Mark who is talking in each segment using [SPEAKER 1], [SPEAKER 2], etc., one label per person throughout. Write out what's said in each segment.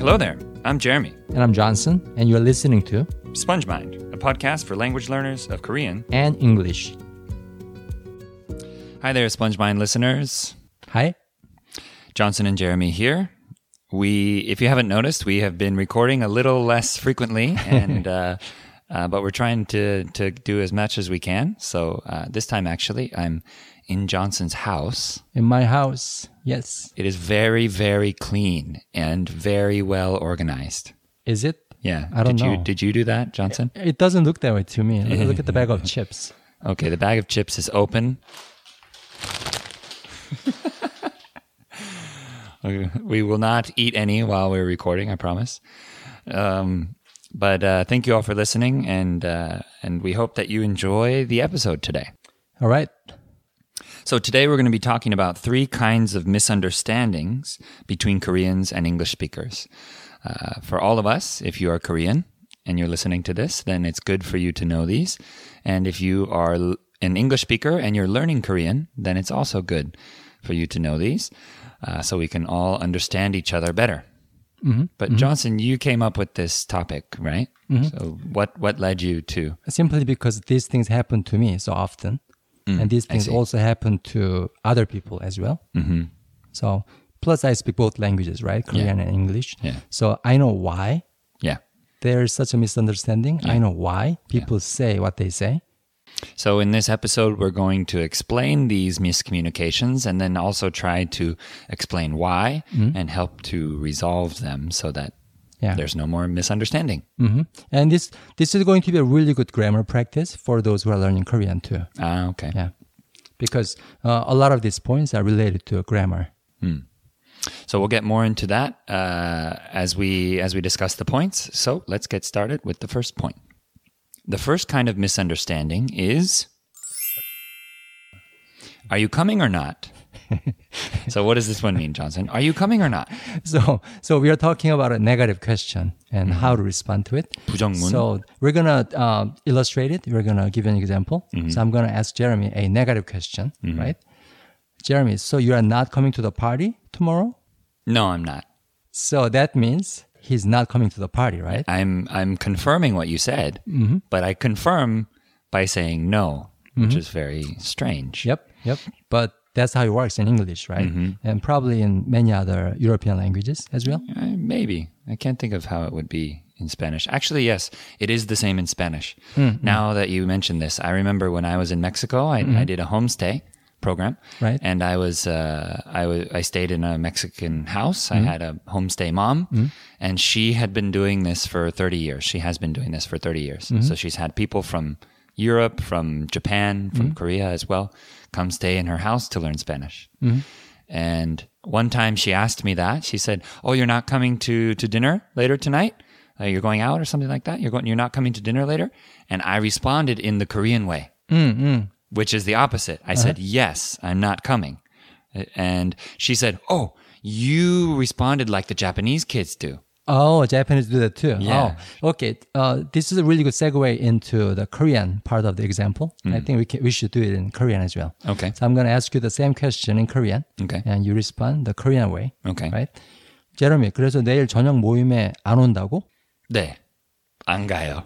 [SPEAKER 1] Hello there. I'm Jeremy,
[SPEAKER 2] And I'm Johnson, and you're listening to
[SPEAKER 1] Sponge Mind, a podcast for language learners of Korean.
[SPEAKER 2] And English.
[SPEAKER 1] Hi there, Sponge Mind listeners.
[SPEAKER 2] Hi.
[SPEAKER 1] Johnson and Jeremy here. We, if you haven't noticed, we have been recording a little less frequently, and uh, uh, but we're trying to to do as much as we can. So uh, this time, actually, I'm in Johnson's house.
[SPEAKER 2] In my house. Yes.
[SPEAKER 1] It is very, very clean and very well organized.
[SPEAKER 2] Is it?
[SPEAKER 1] Yeah,
[SPEAKER 2] I don't
[SPEAKER 1] did
[SPEAKER 2] know.
[SPEAKER 1] You, did you do that, Johnson?
[SPEAKER 2] It doesn't look that way to me. Look, look at the bag of chips.
[SPEAKER 1] Okay, the bag of chips is open. Okay, we will not eat any while we're recording, I promise. Um, but uh, thank you all for listening, and uh, and we hope that you enjoy the episode today.
[SPEAKER 2] All right.
[SPEAKER 1] So today we're going to be talking about three kinds of misunderstandings between Koreans and English speakers. Uh, for all of us, if you are Korean and you're listening to this, then it's good for you to know these. And if you are l- an English speaker and you're learning Korean, then it's also good for you to know these, uh, so we can all understand each other better. But Johnson, you came up with this topic, right? So what what led you to?
[SPEAKER 2] Simply because these things happen to me so often. and these things
[SPEAKER 1] see.
[SPEAKER 2] also happen to other people as well. Mm-hmm. So, plus I speak both languages, right? Korean and English.
[SPEAKER 1] Yeah.
[SPEAKER 2] So I know why
[SPEAKER 1] Yeah.
[SPEAKER 2] there is such a misunderstanding. I know why people say what they say.
[SPEAKER 1] So, in this episode, we're going to explain these miscommunications and then also try to explain why and help to resolve them so that
[SPEAKER 2] Mm-hmm. Yeah.
[SPEAKER 1] there's no more misunderstanding.
[SPEAKER 2] hmm And this this is going to be a really good grammar practice for those who are learning Korean too.
[SPEAKER 1] Ah, okay.
[SPEAKER 2] Yeah, because uh, a lot of these points are related to grammar.
[SPEAKER 1] So we'll get more into that uh, as we as we discuss the points. So let's get started with the first point. The first kind of misunderstanding is: Are you coming or not? so, what does this one mean, Johnson? Are you coming or not?
[SPEAKER 2] So so we are talking about a negative question and how to respond to it.
[SPEAKER 1] 부정문.
[SPEAKER 2] So we're gonna uh, illustrate it. We're gonna give an example. So I'm gonna ask Jeremy a negative question, right? Jeremy, so you are not coming to the party tomorrow.
[SPEAKER 1] No, I'm not.
[SPEAKER 2] So that means he's not coming to the party, right?
[SPEAKER 1] I'm I'm confirming what you said,
[SPEAKER 2] Mm-hmm.
[SPEAKER 1] but I confirm by saying no, which is very strange.
[SPEAKER 2] Yep, yep. But that's how it works in English, right?
[SPEAKER 1] Mm-hmm.
[SPEAKER 2] And probably in many other European languages as well.
[SPEAKER 1] Uh, maybe I can't think of how it would be in Spanish. Actually, yes, it is the same in Spanish.
[SPEAKER 2] Hmm,
[SPEAKER 1] Now that you mentioned this, I remember when I was in Mexico, I, I did a homestay program,
[SPEAKER 2] Mm-hmm. Right.
[SPEAKER 1] And I was uh, I was I stayed in a Mexican house. I had a homestay mom, and she had been doing this for thirty years. She has been doing this for thirty years. So she's had people from Europe, from Japan, from Korea as well, come stay in her house to learn Spanish. And one time she asked me that. She said, "Oh, you're not coming to to dinner later tonight? Uh, you're going out or something like that? You're going you're not coming to dinner later?" And I responded in the Korean way, which is the opposite.
[SPEAKER 2] Uh-huh.
[SPEAKER 1] I said, "Yes, I'm not coming." Uh, And she said, "Oh, you responded like the Japanese kids do."
[SPEAKER 2] Oh, Japanese do that too.
[SPEAKER 1] Yeah.
[SPEAKER 2] Oh, okay. Uh, this is a really good segue into the Korean part of the example. I think we can, we should do it in Korean as well.
[SPEAKER 1] Mm-hmm. Okay.
[SPEAKER 2] So I'm going to ask you the same question in Korean.
[SPEAKER 1] Okay.
[SPEAKER 2] And you respond the Korean way.
[SPEAKER 1] Okay.
[SPEAKER 2] Right? 제러미, 그래서 내일 저녁 모임에 안 온다고?
[SPEAKER 1] 네. 안 가요.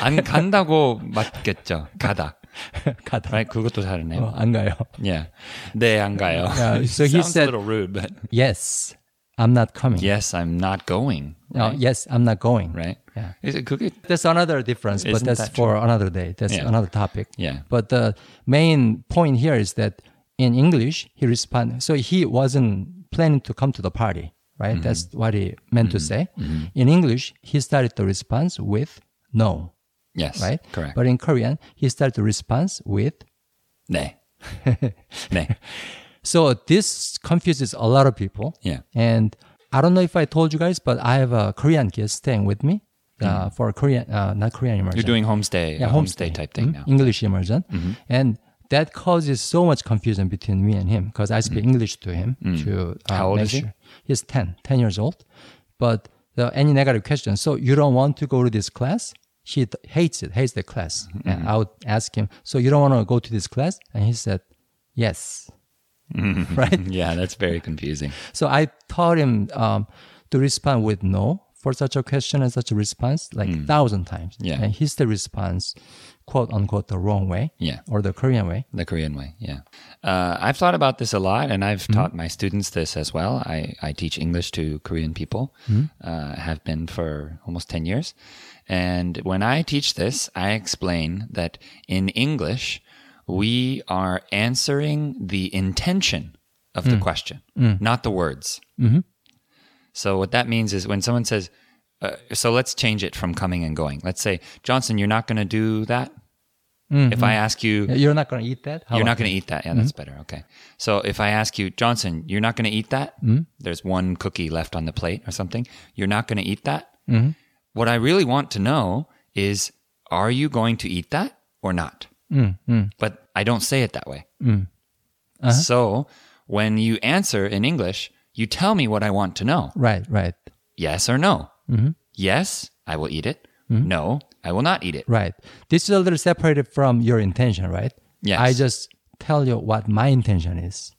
[SPEAKER 1] 안 간다고 맞겠죠. 가다.
[SPEAKER 2] 가다.
[SPEAKER 1] Right? 그것도 다르네요.
[SPEAKER 2] 어, 안 가요.
[SPEAKER 1] Yeah. 네, 안 가요.
[SPEAKER 2] Yeah, so he
[SPEAKER 1] Sounds a
[SPEAKER 2] said-
[SPEAKER 1] little rude, but
[SPEAKER 2] Yes, I'm not coming.
[SPEAKER 1] yes, I'm not going.
[SPEAKER 2] Uh, yes, I'm not going.
[SPEAKER 1] Right?
[SPEAKER 2] Yeah.
[SPEAKER 1] Is it cookie?
[SPEAKER 2] That's another difference, but
[SPEAKER 1] Isn't
[SPEAKER 2] that's
[SPEAKER 1] that
[SPEAKER 2] for another day. That's
[SPEAKER 1] Yeah.
[SPEAKER 2] another topic.
[SPEAKER 1] Yeah.
[SPEAKER 2] But the main point here is that in English, he responded. So he wasn't planning to come to the party, right?
[SPEAKER 1] Mm-hmm.
[SPEAKER 2] That's what he meant to say. In English, he started the response with no,
[SPEAKER 1] Yes.
[SPEAKER 2] right?
[SPEAKER 1] Correct.
[SPEAKER 2] But in Korean, he started the response with.
[SPEAKER 1] 네. 네.
[SPEAKER 2] So this confuses a lot of people.
[SPEAKER 1] Yeah.
[SPEAKER 2] And I don't know if I told you guys, but I have a Korean kid staying with me uh, for a Korean, uh, not Korean immersion.
[SPEAKER 1] Mm-hmm. You're doing homestay,
[SPEAKER 2] Yeah,
[SPEAKER 1] a homestay, type thing
[SPEAKER 2] Mm,
[SPEAKER 1] now. Mm-hmm.
[SPEAKER 2] English immersion. And that causes so much confusion between me and him because I speak English to him. To
[SPEAKER 1] Mm-hmm. Mm.
[SPEAKER 2] uh,
[SPEAKER 1] How old
[SPEAKER 2] make
[SPEAKER 1] is he?
[SPEAKER 2] sure- He's 10, 10 years old. But uh, any negative question. So you don't want to go to this class? He th- hates it, hates the class.
[SPEAKER 1] Mm-hmm.
[SPEAKER 2] And I would ask him, so you don't want to go to this class? And he said, yes. Right?
[SPEAKER 1] Yeah, that's very confusing.
[SPEAKER 2] So I taught him um, to respond with no for such a question and such a response like thousand times.
[SPEAKER 1] Hmm. Yeah.
[SPEAKER 2] And he's the response, quote unquote, the wrong way
[SPEAKER 1] Yeah.
[SPEAKER 2] or the Korean way.
[SPEAKER 1] The Korean way, yeah. Uh, I've thought about this a lot, and I've taught my students this as well. I, I teach English to Korean people, uh, have been for almost 10 years. And when I teach this, I explain that in English, we are answering the intention of the question, not the words. So what that means is when someone says, uh, so let's change it from coming and going. Let's say, Johnson, you're not going to do that. If I ask you,
[SPEAKER 2] Yeah, You're not going to eat that? How
[SPEAKER 1] you're not going to eat that. Yeah, that's better. Okay. So if I ask you, Johnson, you're not going to eat that.
[SPEAKER 2] Hmm?
[SPEAKER 1] There's one cookie left on the plate or something. You're not going to eat that.
[SPEAKER 2] Mm-hmm.
[SPEAKER 1] What I really want to know is, are you going to eat that or not?
[SPEAKER 2] Mm,
[SPEAKER 1] But I don't say it that way.
[SPEAKER 2] Uh-huh.
[SPEAKER 1] So when you answer in English, you tell me what I want to know
[SPEAKER 2] Right, right,
[SPEAKER 1] yes or no.
[SPEAKER 2] Mm-hmm.
[SPEAKER 1] Yes, I will eat it. No, I will not eat it.
[SPEAKER 2] right. This is a little separated from your intention, right?
[SPEAKER 1] Yes.
[SPEAKER 2] I just tell you what my intention is.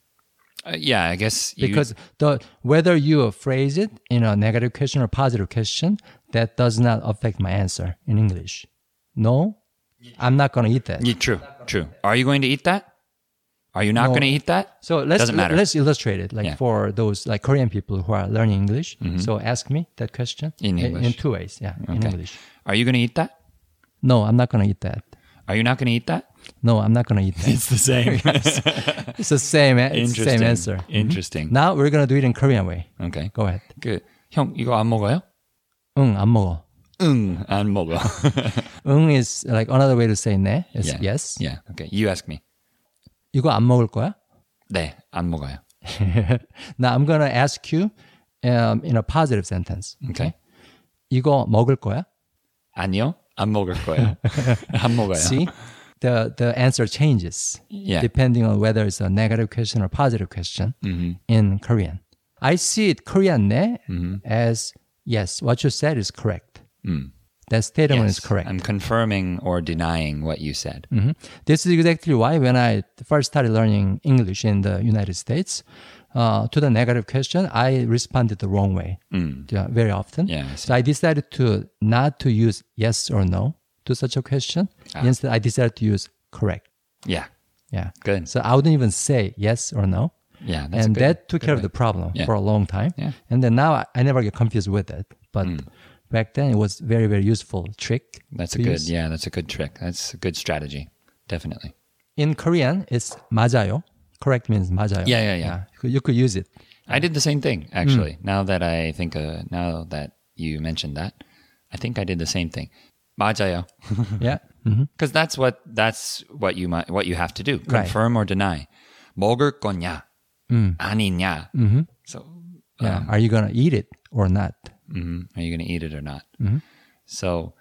[SPEAKER 1] Uh, yeah, I guess you,
[SPEAKER 2] because the whether you phrase it in a negative question or positive question that does not affect my answer in english no i'm not going to eat that
[SPEAKER 1] Yeah, true, true. Are you going to eat that? Are you not
[SPEAKER 2] No.
[SPEAKER 1] going to eat that?
[SPEAKER 2] so let's
[SPEAKER 1] doesn't matter.
[SPEAKER 2] let's illustrate it like
[SPEAKER 1] Yeah. Mm-hmm.
[SPEAKER 2] for those like korean people who are learning english so ask me that question
[SPEAKER 1] In
[SPEAKER 2] in
[SPEAKER 1] English.
[SPEAKER 2] two ways yeah in
[SPEAKER 1] Okay.
[SPEAKER 2] english
[SPEAKER 1] Are you going to eat that?
[SPEAKER 2] no i'm not going to eat that
[SPEAKER 1] Are you not going to eat that?
[SPEAKER 2] no i'm not going to eat that
[SPEAKER 1] It's the same.
[SPEAKER 2] it's the same a- it's the
[SPEAKER 1] Interesting.
[SPEAKER 2] same answer Mm-hmm.
[SPEAKER 1] Interesting. Mm.
[SPEAKER 2] now we're going to do it in korean way
[SPEAKER 1] Okay.
[SPEAKER 2] go ahead
[SPEAKER 1] 그, 형 이거 안 먹어요?
[SPEAKER 2] 응, 안 먹어.
[SPEAKER 1] 응, 안 먹어.
[SPEAKER 2] 응 is like another way to say 네. It's
[SPEAKER 1] yeah.
[SPEAKER 2] yes.
[SPEAKER 1] Yeah. Okay. You ask me.
[SPEAKER 2] 이거 안 먹을 거야?
[SPEAKER 1] 네, 안 먹어요.
[SPEAKER 2] now I'm gonna ask you um, in a positive sentence.
[SPEAKER 1] Okay.
[SPEAKER 2] 이거 먹을 거야?
[SPEAKER 1] 아니요, 안 먹을 거예요. 안 먹어요.
[SPEAKER 2] See, the the answer changes
[SPEAKER 1] Yeah.
[SPEAKER 2] depending on whether it's a negative question or positive question
[SPEAKER 1] Mm-hmm.
[SPEAKER 2] in Korean. I see it Korean 내
[SPEAKER 1] Mm-hmm.
[SPEAKER 2] as yes. What you said is correct. That statement
[SPEAKER 1] Mm. Yes,
[SPEAKER 2] is correct.
[SPEAKER 1] I'm confirming or denying what you said.
[SPEAKER 2] Mhm. This is exactly why when I first started learning English in the United States, uh, to the negative question, I responded the wrong way yeah, very often.
[SPEAKER 1] Mm. Yeah, I see.
[SPEAKER 2] so I decided to not to use yes or no to such a question.
[SPEAKER 1] Ah.
[SPEAKER 2] Instead, I decided to use correct.
[SPEAKER 1] Yeah.
[SPEAKER 2] Yeah.
[SPEAKER 1] Good.
[SPEAKER 2] So I wouldn't even say yes or no.
[SPEAKER 1] Yeah, that's
[SPEAKER 2] and
[SPEAKER 1] good.
[SPEAKER 2] that took care of the problem
[SPEAKER 1] Yeah.
[SPEAKER 2] for a long time.
[SPEAKER 1] Yeah. Mm.
[SPEAKER 2] And then now I, I never get confused with it. But back then it was very, very useful trick.
[SPEAKER 1] That's a
[SPEAKER 2] to
[SPEAKER 1] good.
[SPEAKER 2] use.
[SPEAKER 1] Yeah, that's a good trick. That's a good strategy. Definitely.
[SPEAKER 2] In Korean, it's 맞아요. Correct means 맞아요.
[SPEAKER 1] Yeah, yeah, yeah.
[SPEAKER 2] You could- You could use it.
[SPEAKER 1] I did the same thing actually. Now that I think, uh, now that you mentioned that, I think I did the same thing. 맞아요, Mm-hmm.
[SPEAKER 2] Yeah. Mhm.
[SPEAKER 1] because that's what that's what you might what you have to do:
[SPEAKER 2] Right.
[SPEAKER 1] confirm or deny. 먹을 거냐, 아니냐. So,
[SPEAKER 2] Yeah.
[SPEAKER 1] Um,
[SPEAKER 2] Are you going to eat it or not?
[SPEAKER 1] mhm,
[SPEAKER 2] Mm-hmm.
[SPEAKER 1] are you going to eat it or not? So,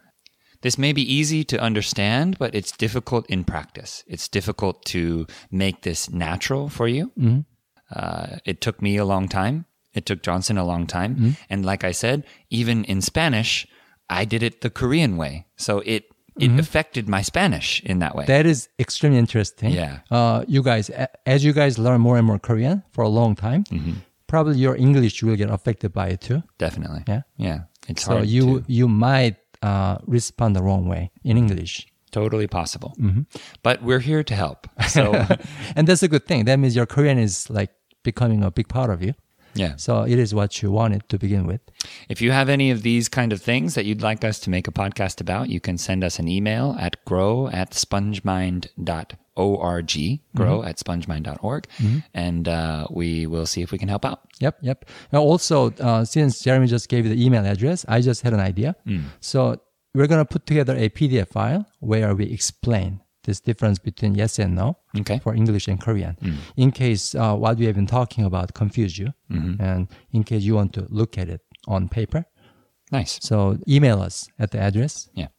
[SPEAKER 1] this may be easy to understand, but it's difficult in practice. It's difficult to make this natural for you.
[SPEAKER 2] Mm-hmm.
[SPEAKER 1] Uh, it took me a long time. It took Johnson a long time.
[SPEAKER 2] Mm-hmm.
[SPEAKER 1] And like I said, even in Spanish, I did it the Korean way. So it it affected my Spanish in that way.
[SPEAKER 2] Mm-hmm. That is extremely interesting.
[SPEAKER 1] Yeah.
[SPEAKER 2] Uh, you guys, a- as you guys learn more and more Korean for a long time,
[SPEAKER 1] Mm-hmm.
[SPEAKER 2] probably your English will get affected by it too.
[SPEAKER 1] Definitely.
[SPEAKER 2] Yeah.
[SPEAKER 1] Yeah. It's
[SPEAKER 2] So
[SPEAKER 1] hard to-
[SPEAKER 2] you you might uh, respond the wrong way in English,
[SPEAKER 1] totally possible.
[SPEAKER 2] Mm-hmm.
[SPEAKER 1] But we're here to help. So
[SPEAKER 2] and that's a good thing. That means your Korean is like becoming a big part of you.
[SPEAKER 1] yeah.
[SPEAKER 2] So it is what you wanted to begin with.
[SPEAKER 1] If you have any of these kind of things that you'd like us to make a podcast about, you can send us an email at grow at spongemind.org, grow at spongemind.org, and uh, we will see if we can help out.
[SPEAKER 2] Yep, yep. Now also, uh, since Jeremy just gave you the email address, I just had an idea.
[SPEAKER 1] Mm.
[SPEAKER 2] So we're gonna put together a PDF file where we explain this difference between yes and no
[SPEAKER 1] Okay. Mm.
[SPEAKER 2] for English and Korean, in case uh, what we have been talking about confused you,
[SPEAKER 1] Mm-hmm.
[SPEAKER 2] and in case you want to look at it on paper.
[SPEAKER 1] Nice.
[SPEAKER 2] So email us at the address.
[SPEAKER 1] Yeah.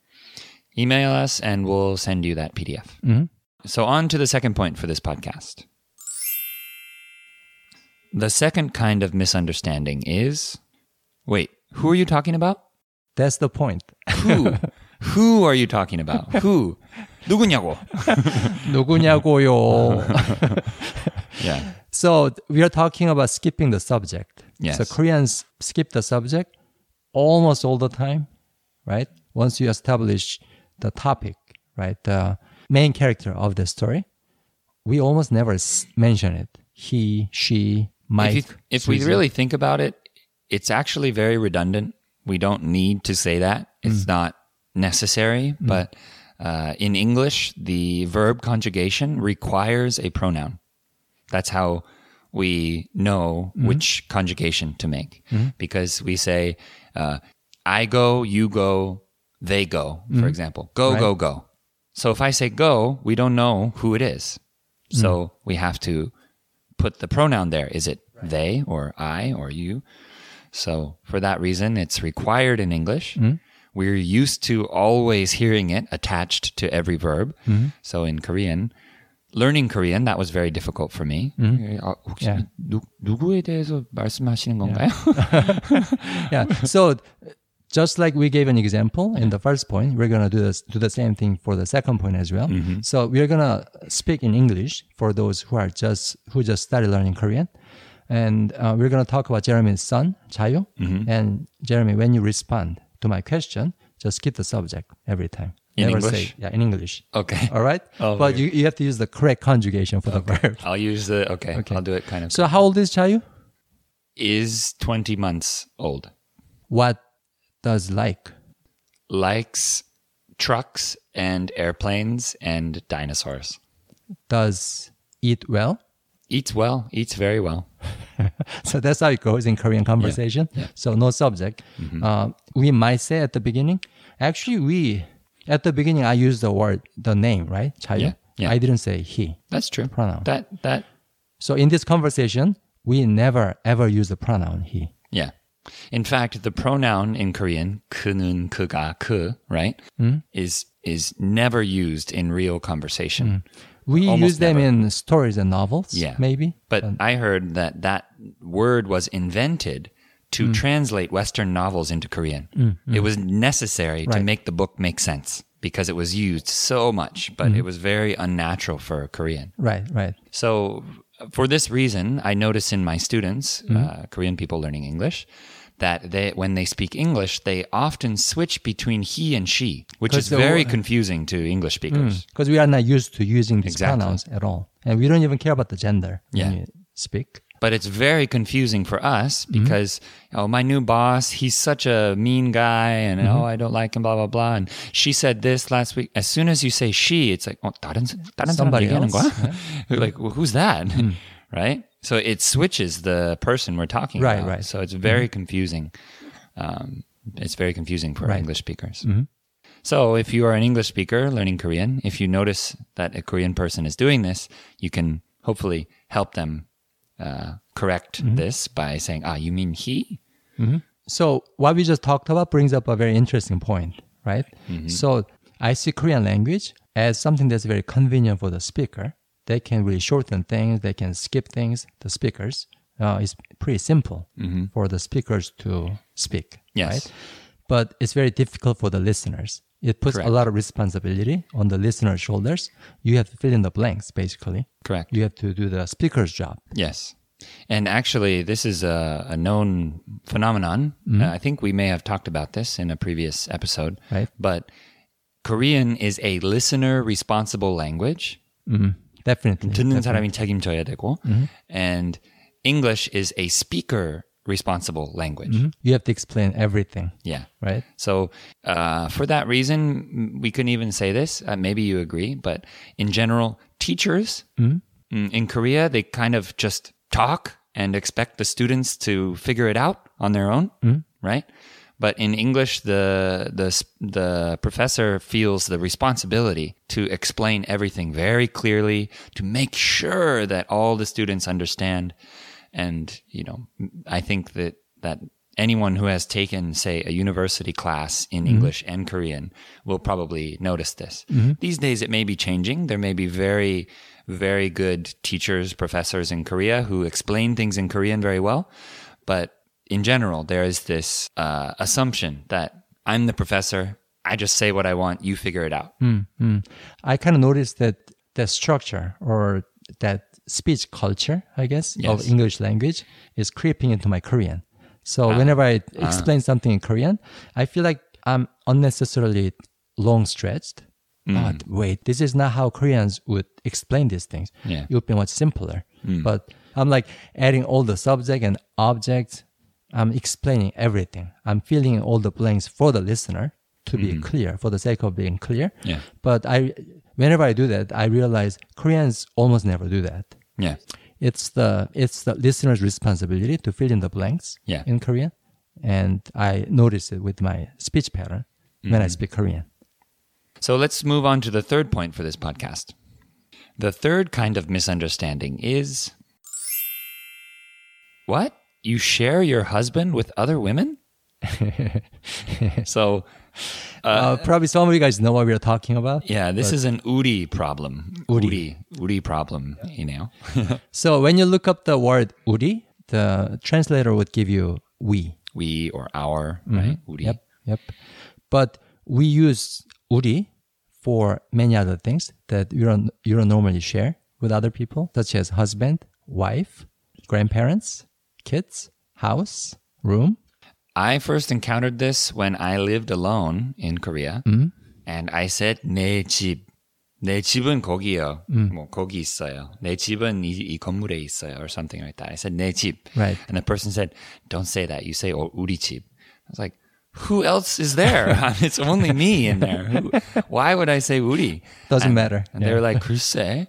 [SPEAKER 1] Email us and we'll send you that PDF. So, on to the second point for this podcast. The second kind of misunderstanding is wait, who are you talking about?
[SPEAKER 2] That's the point.
[SPEAKER 1] Who? who are you talking about? Who? 누구냐고?
[SPEAKER 2] 누구냐고요?
[SPEAKER 1] Yeah.
[SPEAKER 2] so we are talking about skipping the subject.
[SPEAKER 1] Yes.
[SPEAKER 2] So Koreans skip the subject almost all the time, right? Once you establish the topic, right, the main character of the story, we almost never s- mention it. He, she, Mike.
[SPEAKER 1] if you, if we
[SPEAKER 2] Susan.
[SPEAKER 1] really think about it, it's actually very redundant. We don't need to say that. It's not necessary. But uh, in English, the verb conjugation requires a pronoun. That's how we know which conjugation to make because we say, uh, I go, you go, they go, for example. Go, go, go. So if I say go, we don't know who it is. So we have to put the pronoun there. Is it they or I or you? So for that reason, it's required in English.
[SPEAKER 2] Mm-hmm.
[SPEAKER 1] We're used to always hearing it attached to every verb.
[SPEAKER 2] Mm-hmm.
[SPEAKER 1] So in Korean, learning Korean, that was very difficult for me. 아, 혹시
[SPEAKER 2] Mm-hmm. Yeah.
[SPEAKER 1] 누, 누구에 대해서 말씀하시는 건가요?
[SPEAKER 2] yeah. So just like we gave an example in the first point, we're gonna do this do the same thing for the second point as well.
[SPEAKER 1] Mm-hmm.
[SPEAKER 2] So we're gonna speak in English for those who are just who just started learning Korean. And uh, we're gonna talk about Jeremy's son, Chayo.
[SPEAKER 1] Mm-hmm.
[SPEAKER 2] And Jeremy, when you respond to my question, just keep the subject every time.
[SPEAKER 1] In
[SPEAKER 2] Never
[SPEAKER 1] English?
[SPEAKER 2] say yeah, in English.
[SPEAKER 1] Okay.
[SPEAKER 2] All right.
[SPEAKER 1] Oh,
[SPEAKER 2] but you, you have to use the correct conjugation for the verb.
[SPEAKER 1] I'll use the, okay, I'll do it kind of.
[SPEAKER 2] So how old is Chayo?
[SPEAKER 1] is 20 months old.
[SPEAKER 2] What does like?
[SPEAKER 1] Likes trucks and airplanes and dinosaurs.
[SPEAKER 2] Does eat well?
[SPEAKER 1] Eats well, eats very well.
[SPEAKER 2] so that's how it goes in Korean conversation. So no subject.
[SPEAKER 1] Mm-hmm.
[SPEAKER 2] Uh, we might say at the beginning. Actually, we at the beginning I used the word the name right. Chayo.
[SPEAKER 1] Yeah, yeah.
[SPEAKER 2] I didn't say he
[SPEAKER 1] That's true.
[SPEAKER 2] pronoun.
[SPEAKER 1] That, that,
[SPEAKER 2] so in this conversation, we never ever use the pronoun he.
[SPEAKER 1] Yeah. In fact, the pronoun in Korean 그는 그가 그, right?
[SPEAKER 2] Hmm?
[SPEAKER 1] Is is never used in real conversation.
[SPEAKER 2] We
[SPEAKER 1] Almost
[SPEAKER 2] use them in stories and novels.
[SPEAKER 1] Yeah.
[SPEAKER 2] Hmm. maybe.
[SPEAKER 1] But I heard that that word was invented to
[SPEAKER 2] Hmm.
[SPEAKER 1] translate western novels into Korean. It was necessary to
[SPEAKER 2] Right.
[SPEAKER 1] make the book make sense because it was used so much,
[SPEAKER 2] Hmm.
[SPEAKER 1] but it was very unnatural for Korean.
[SPEAKER 2] Right, right.
[SPEAKER 1] So, for this reason, I notice in my students,
[SPEAKER 2] Mm-hmm.
[SPEAKER 1] uh, Korean people learning English, that they, when they speak English, they often switch between he and she, which is
[SPEAKER 2] the
[SPEAKER 1] very
[SPEAKER 2] wo- Mm.
[SPEAKER 1] confusing to English speakers.
[SPEAKER 2] Because we are not used to using these
[SPEAKER 1] Exactly.
[SPEAKER 2] pronouns at all, and we don't even care about the gender
[SPEAKER 1] Yeah.
[SPEAKER 2] when you speak.
[SPEAKER 1] But it's very confusing for us
[SPEAKER 2] Mm-hmm.
[SPEAKER 1] because, oh, my new boss, he's such a mean guy, and
[SPEAKER 2] Mm-hmm.
[SPEAKER 1] oh, I don't like him, blah, blah, blah. And she said this last week. As soon as you say she, it's like, oh, 다른, 사- 다른
[SPEAKER 2] Somebody
[SPEAKER 1] 사람 얘기하는
[SPEAKER 2] else,
[SPEAKER 1] 거야? like, well, who's that?
[SPEAKER 2] Hmm.
[SPEAKER 1] right? So it switches the person we're talking
[SPEAKER 2] Right,
[SPEAKER 1] about.
[SPEAKER 2] right. Mm-hmm.
[SPEAKER 1] So it's very confusing. Um, it's very confusing for English speakers.
[SPEAKER 2] Mm-hmm.
[SPEAKER 1] So if you are an English speaker learning Korean, if you notice that a Korean person is doing this, you can hopefully help them uh, correct
[SPEAKER 2] Mm-hmm.
[SPEAKER 1] this by saying, "Ah, you mean he?"
[SPEAKER 2] So what we just talked about brings up a very interesting point, right?
[SPEAKER 1] Mm-hmm.
[SPEAKER 2] So I see Korean language as something that's very convenient for the speaker. They can really shorten things. They can skip things. The speakers, uh, it's pretty simple for the speakers to speak,
[SPEAKER 1] Mm-hmm. Yes.
[SPEAKER 2] right? But it's very difficult for the listeners. It puts a
[SPEAKER 1] Correct.
[SPEAKER 2] lot of responsibility on the listener's shoulders. You have to fill in the blanks, basically.
[SPEAKER 1] Correct.
[SPEAKER 2] You have to do the speaker's job.
[SPEAKER 1] Yes. And actually, this is a, a known phenomenon.
[SPEAKER 2] Mm-hmm.
[SPEAKER 1] Uh, I think we may have talked about this in a previous episode.
[SPEAKER 2] Right.
[SPEAKER 1] But Korean is a listener responsible language.
[SPEAKER 2] Mm-hmm. Definitely. Mm-hmm.
[SPEAKER 1] 듣는 사람이 책임져야 되고. And English is a speaker responsible language.
[SPEAKER 2] You have to explain everything,
[SPEAKER 1] Yeah.
[SPEAKER 2] right?
[SPEAKER 1] So, uh, for that reason, m- we couldn't even say this. Uh, maybe you agree, but in general, teachers mm, in Korea, they kind of just talk and expect the students to figure it out on their own, right? But in English, the, the s- the professor feels the responsibility to explain everything very clearly, to make sure that all the students understand. And you know, I think that that anyone who has taken, say, a university class in English and Korean will probably notice this. These days, it may be changing. There may be very, very good teachers, professors in Korea who explain things in Korean very well. But in general, there is this uh, assumption that I'm the professor. I just say what I want. You figure it out.
[SPEAKER 2] I kind of noticed that the structure or that speech culture, I guess,
[SPEAKER 1] Yes.
[SPEAKER 2] of English language is creeping into my Korean. So
[SPEAKER 1] Ah.
[SPEAKER 2] whenever I explain something in Korean, I feel like I'm unnecessarily long stretched.
[SPEAKER 1] Mm.
[SPEAKER 2] But wait, this is not how Koreans would explain these things.
[SPEAKER 1] Yeah. Mm.
[SPEAKER 2] It would be much simpler. But I'm like adding all the subject and objects. I'm explaining everything. I'm filling in all the blanks for the listener to be
[SPEAKER 1] Mm.
[SPEAKER 2] clear, for the sake of being clear.
[SPEAKER 1] Yeah.
[SPEAKER 2] But I, whenever I do that, I realize Koreans almost never do that.
[SPEAKER 1] Yeah.
[SPEAKER 2] It's the it's the listener's responsibility to fill in the blanks
[SPEAKER 1] Yeah.
[SPEAKER 2] in Korean, and I notice it with my speech pattern when
[SPEAKER 1] Mm-hmm.
[SPEAKER 2] I speak Korean.
[SPEAKER 1] So let's move on to the third point for this podcast. The third kind of misunderstanding is what? You share your husband with other women? so,
[SPEAKER 2] Uh, probably some of you guys know what we are talking about.
[SPEAKER 1] yeah, this is an Uri problem. Uri. Uri problem, you know?
[SPEAKER 2] So when you look up the word uri, the translator would give you we.
[SPEAKER 1] we or our, right? Uri.
[SPEAKER 2] Yep, yep. But we use uri for many other things that you don't you don't normally share with other people, such as husband, wife, grandparents, kids, house, room.
[SPEAKER 1] I first encountered this when I lived alone in Korea,
[SPEAKER 2] Mm-hmm.
[SPEAKER 1] and I said 내 집. 내 집은 거기요.
[SPEAKER 2] Mm.
[SPEAKER 1] 뭐 거기 있어요. 내 집은 이, 이 건물에 있어요, or something like that. I said 내 집,
[SPEAKER 2] Right.
[SPEAKER 1] and the person said, "Don't say that. You say "어, 우리 집." I was like, "Who else is there? it's only me in there. Who, why would I say 우리?"
[SPEAKER 2] Doesn't
[SPEAKER 1] And-
[SPEAKER 2] matter.
[SPEAKER 1] And they were like, "글쎄,"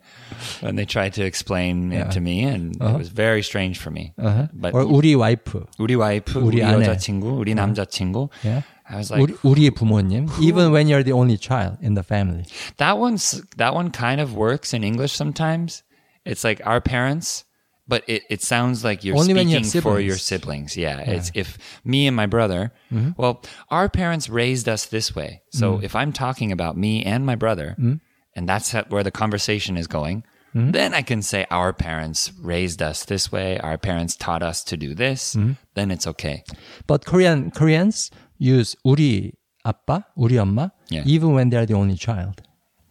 [SPEAKER 1] and they tried to explain it to me, and it was very strange for me. But
[SPEAKER 2] Uh-huh. or uri waifu.
[SPEAKER 1] 우리 와이프, 우리,
[SPEAKER 2] 우리 아내.
[SPEAKER 1] 여자친구, 우리 남자친구.
[SPEAKER 2] Yeah.
[SPEAKER 1] I was like,
[SPEAKER 2] 우리, 우리의 부모님, even when you're the only child in the family.
[SPEAKER 1] that one's that one kind of works in English sometimes. It's like our parents, but it, it sounds like you're
[SPEAKER 2] Only when
[SPEAKER 1] speaking
[SPEAKER 2] you have
[SPEAKER 1] for
[SPEAKER 2] siblings. Mm-hmm.
[SPEAKER 1] your siblings. Yeah, it's if me and my brother. Well, our parents raised us this way, so if I'm talking about me and my brother,
[SPEAKER 2] Mm-hmm.
[SPEAKER 1] and that's how, where the conversation is going. Then I can say our parents raised us this way, our parents taught us to do this,
[SPEAKER 2] Mm-hmm.
[SPEAKER 1] then it's okay.
[SPEAKER 2] But Korean Koreans use 우리 아빠, 우리 엄마,
[SPEAKER 1] Yeah.
[SPEAKER 2] even when they're the only child.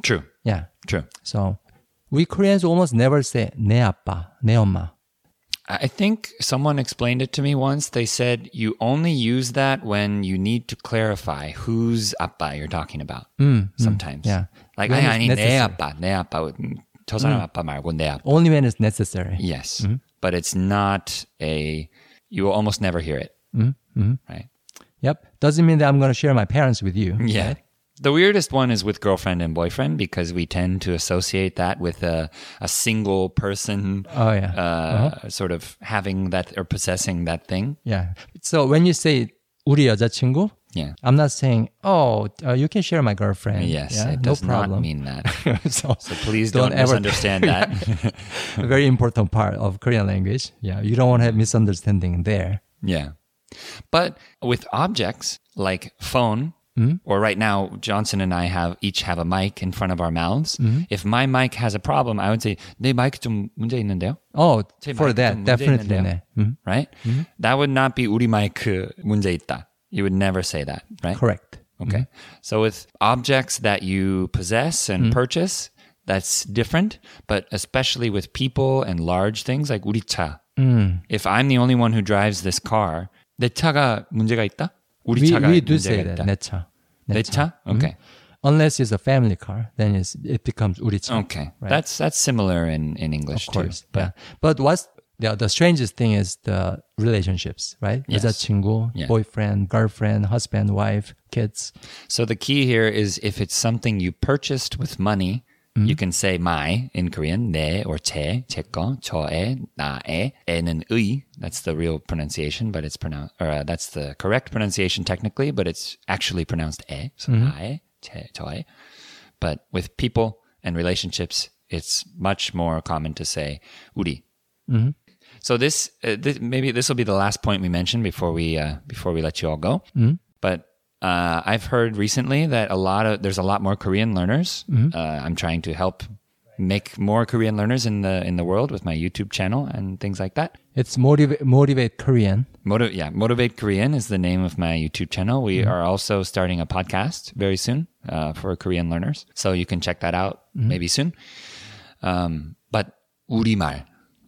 [SPEAKER 1] True.
[SPEAKER 2] Yeah.
[SPEAKER 1] True.
[SPEAKER 2] So we Koreans almost never say 내 아빠, 내 엄마.
[SPEAKER 1] I think someone explained it to me once. They said you only use that when you need to clarify whose appa you're talking about. sometimes,
[SPEAKER 2] Mm, yeah.
[SPEAKER 1] Like
[SPEAKER 2] When
[SPEAKER 1] I
[SPEAKER 2] it's
[SPEAKER 1] 아니 내
[SPEAKER 2] necessary. Mm.
[SPEAKER 1] 아빠, 내 아빠. 음, 저 사람 아빠 말고 내 아빠.
[SPEAKER 2] Only when it's necessary.
[SPEAKER 1] Yes,
[SPEAKER 2] Mm-hmm.
[SPEAKER 1] but it's not a. You will almost never hear it.
[SPEAKER 2] Mm-hmm,
[SPEAKER 1] Right?
[SPEAKER 2] Yep. Doesn't mean that I'm gonna share my parents with you.
[SPEAKER 1] Yeah. The weirdest one is with girlfriend and boyfriend because we tend to associate that with a, a single person
[SPEAKER 2] Oh yeah.
[SPEAKER 1] uh, sort of having that or possessing that thing.
[SPEAKER 2] yeah. So when you say 우리 여자친구,
[SPEAKER 1] Yeah.
[SPEAKER 2] I'm not saying oh uh, you can share my girlfriend.
[SPEAKER 1] Yes,
[SPEAKER 2] Yeah,
[SPEAKER 1] it
[SPEAKER 2] no
[SPEAKER 1] does not
[SPEAKER 2] problem.
[SPEAKER 1] mean that.
[SPEAKER 2] so,
[SPEAKER 1] So please don't,
[SPEAKER 2] Don't ever-
[SPEAKER 1] misunderstand that.
[SPEAKER 2] a very important part of Korean language. Yeah, you don't want to have misunderstanding there.
[SPEAKER 1] yeah. But with objects like phone,
[SPEAKER 2] Hmm?
[SPEAKER 1] or right now Johnson and I have each have a mic in front of our mouths.
[SPEAKER 2] Hmm?
[SPEAKER 1] If my mic has a problem, I would say 내 마이크 좀 문제 있는데요.
[SPEAKER 2] Oh,
[SPEAKER 1] 제
[SPEAKER 2] for
[SPEAKER 1] 마이크
[SPEAKER 2] that
[SPEAKER 1] 좀 문제
[SPEAKER 2] definitely.
[SPEAKER 1] 있는데요.
[SPEAKER 2] 네.
[SPEAKER 1] Right?
[SPEAKER 2] Hmm?
[SPEAKER 1] That would not be 우리 마이크 문제 있다. You would never say that, right?
[SPEAKER 2] Correct.
[SPEAKER 1] Okay. So with objects that you possess and purchase, that's different. But especially with people and large things like 우리 차. If I'm the only one who drives this car, 내 차가 문제가 있다? 우리
[SPEAKER 2] We,
[SPEAKER 1] 차가
[SPEAKER 2] we do
[SPEAKER 1] 문제가
[SPEAKER 2] say
[SPEAKER 1] 있다.
[SPEAKER 2] that. 내 차. 내
[SPEAKER 1] 내 차?
[SPEAKER 2] 차.
[SPEAKER 1] Okay.
[SPEAKER 2] Unless it's a family car, then it's, it becomes 우리 차.
[SPEAKER 1] Okay. That's that's similar in, in English
[SPEAKER 2] of course.
[SPEAKER 1] too.
[SPEAKER 2] Yeah. But what's the, the strangest thing is the relationships, right?
[SPEAKER 1] Yes.
[SPEAKER 2] 여자친구,
[SPEAKER 1] Yeah.
[SPEAKER 2] boyfriend, girlfriend, husband, wife, kids.
[SPEAKER 1] So the key here is if it's something you purchased with money, you can say my in Korean, 내 or 제, 제거, 저의, 나의, 애는 의. That's the real pronunciation, but it's pronounced, or uh, that's the correct pronunciation technically, but it's actually pronounced 애. So 나의, 제, 저의. But with people and relationships, it's much more common to say 우리. So this, uh, this maybe this will be the last point we mention before we uh, before we let you all go. But uh, I've heard recently that a lot of there's a lot more Korean learners. Uh, I'm trying to help make more Korean learners in the in the world with my YouTube channel and things like that.
[SPEAKER 2] It's motiv- motivate Korean.
[SPEAKER 1] Motiv- yeah, Motivate Korean is the name of my YouTube channel. We
[SPEAKER 2] Mm-hmm.
[SPEAKER 1] are also starting a podcast very soon
[SPEAKER 2] Mm-hmm.
[SPEAKER 1] uh, for Korean learners. So you can check that out maybe soon. Um, but 우리말,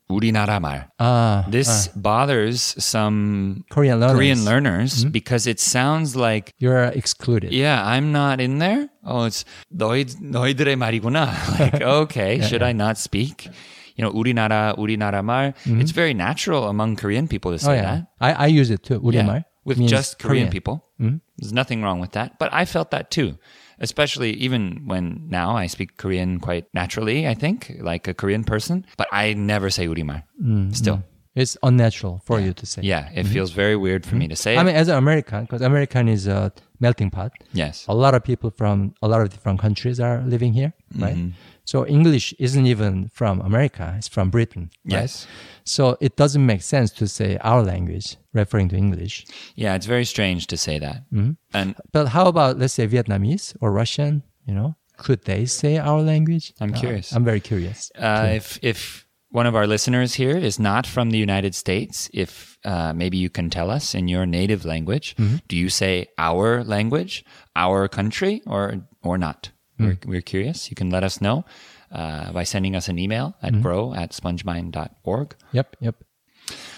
[SPEAKER 1] 우리나라 말.
[SPEAKER 2] 아,
[SPEAKER 1] This bothers some
[SPEAKER 2] Korean learners.
[SPEAKER 1] Korean learners
[SPEAKER 2] Mm-hmm.
[SPEAKER 1] because it sounds like
[SPEAKER 2] You're excluded.
[SPEAKER 1] yeah, I'm not in there. Oh, it's 너희 너희들의 말이구나. like, okay, should I not speak? You know, 우리나라 우리나라 말. It's very natural among Korean people to say
[SPEAKER 2] Mm-hmm. Oh, yeah.
[SPEAKER 1] that.
[SPEAKER 2] I, I use it too. 우리말.
[SPEAKER 1] With
[SPEAKER 2] means Mm-hmm.
[SPEAKER 1] just Korean, people. There's nothing wrong with that. But I felt that too. Especially even when now I speak Korean quite naturally, I think, like a Korean person. But I never say urimar.
[SPEAKER 2] Mm-hmm.
[SPEAKER 1] Still.
[SPEAKER 2] It's unnatural for you to say.
[SPEAKER 1] Yeah. It feels very weird for me to say
[SPEAKER 2] Mm-hmm. I
[SPEAKER 1] it.
[SPEAKER 2] mean, as an American, because American is a melting pot.
[SPEAKER 1] Yes.
[SPEAKER 2] A lot of people from a lot of different countries are living here, right?
[SPEAKER 1] Mm-hmm.
[SPEAKER 2] So English isn't even from America; it's from Britain. right?
[SPEAKER 1] Yes.
[SPEAKER 2] So it doesn't make sense to say our language referring to English.
[SPEAKER 1] Yeah, it's very strange to say that.
[SPEAKER 2] Mm-hmm.
[SPEAKER 1] And
[SPEAKER 2] But how about let's say Vietnamese or Russian? You know, could they say our language? Uh,
[SPEAKER 1] I'm curious.
[SPEAKER 2] I'm very curious.
[SPEAKER 1] Uh, if if one of our listeners here is not from the United States, if uh, maybe you can tell us in your native language, do you say our language, our country, or or not? We're, we're curious. You can let us know uh, by sending us an email at grow at spongemind.org.
[SPEAKER 2] Yep, yep.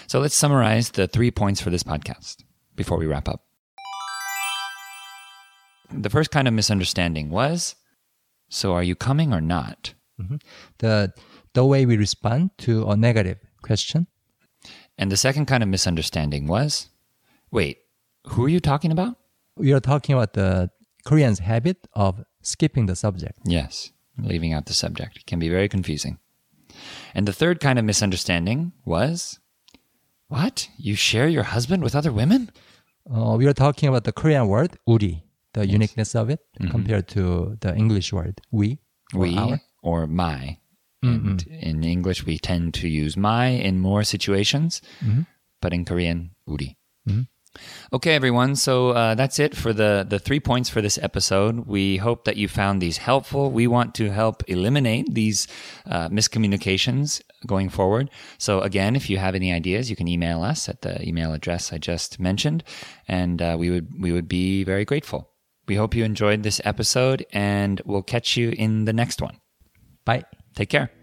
[SPEAKER 1] So let's summarize the three points for this podcast before we wrap up. The first kind of misunderstanding was so are you coming or not?
[SPEAKER 2] The the way we respond to a negative question.
[SPEAKER 1] And the second kind of misunderstanding was wait, who are you talking about?
[SPEAKER 2] We are talking about the Koreans' habit of skipping the subject.
[SPEAKER 1] Yes, leaving out the subject It can be very confusing. And the third kind of misunderstanding was what? You share your husband with other women?
[SPEAKER 2] Uh, we are talking about the Korean word "uri," the uniqueness of it compared to the English word "we." or
[SPEAKER 1] We
[SPEAKER 2] our. Mm-hmm.
[SPEAKER 1] or my. And in English, we tend to use my in more situations,
[SPEAKER 2] Mm-hmm.
[SPEAKER 1] but in Korean, uri. Okay, everyone. So uh, that's it for the, the three points for this episode. We hope that you found these helpful. We want to help eliminate these uh, miscommunications going forward. So, again, if you have any ideas, you can email us at the email address I just mentioned, and uh, we, would, we would be very grateful. We hope you enjoyed this episode, and we'll catch you in the next one.
[SPEAKER 2] Bye.
[SPEAKER 1] Take care.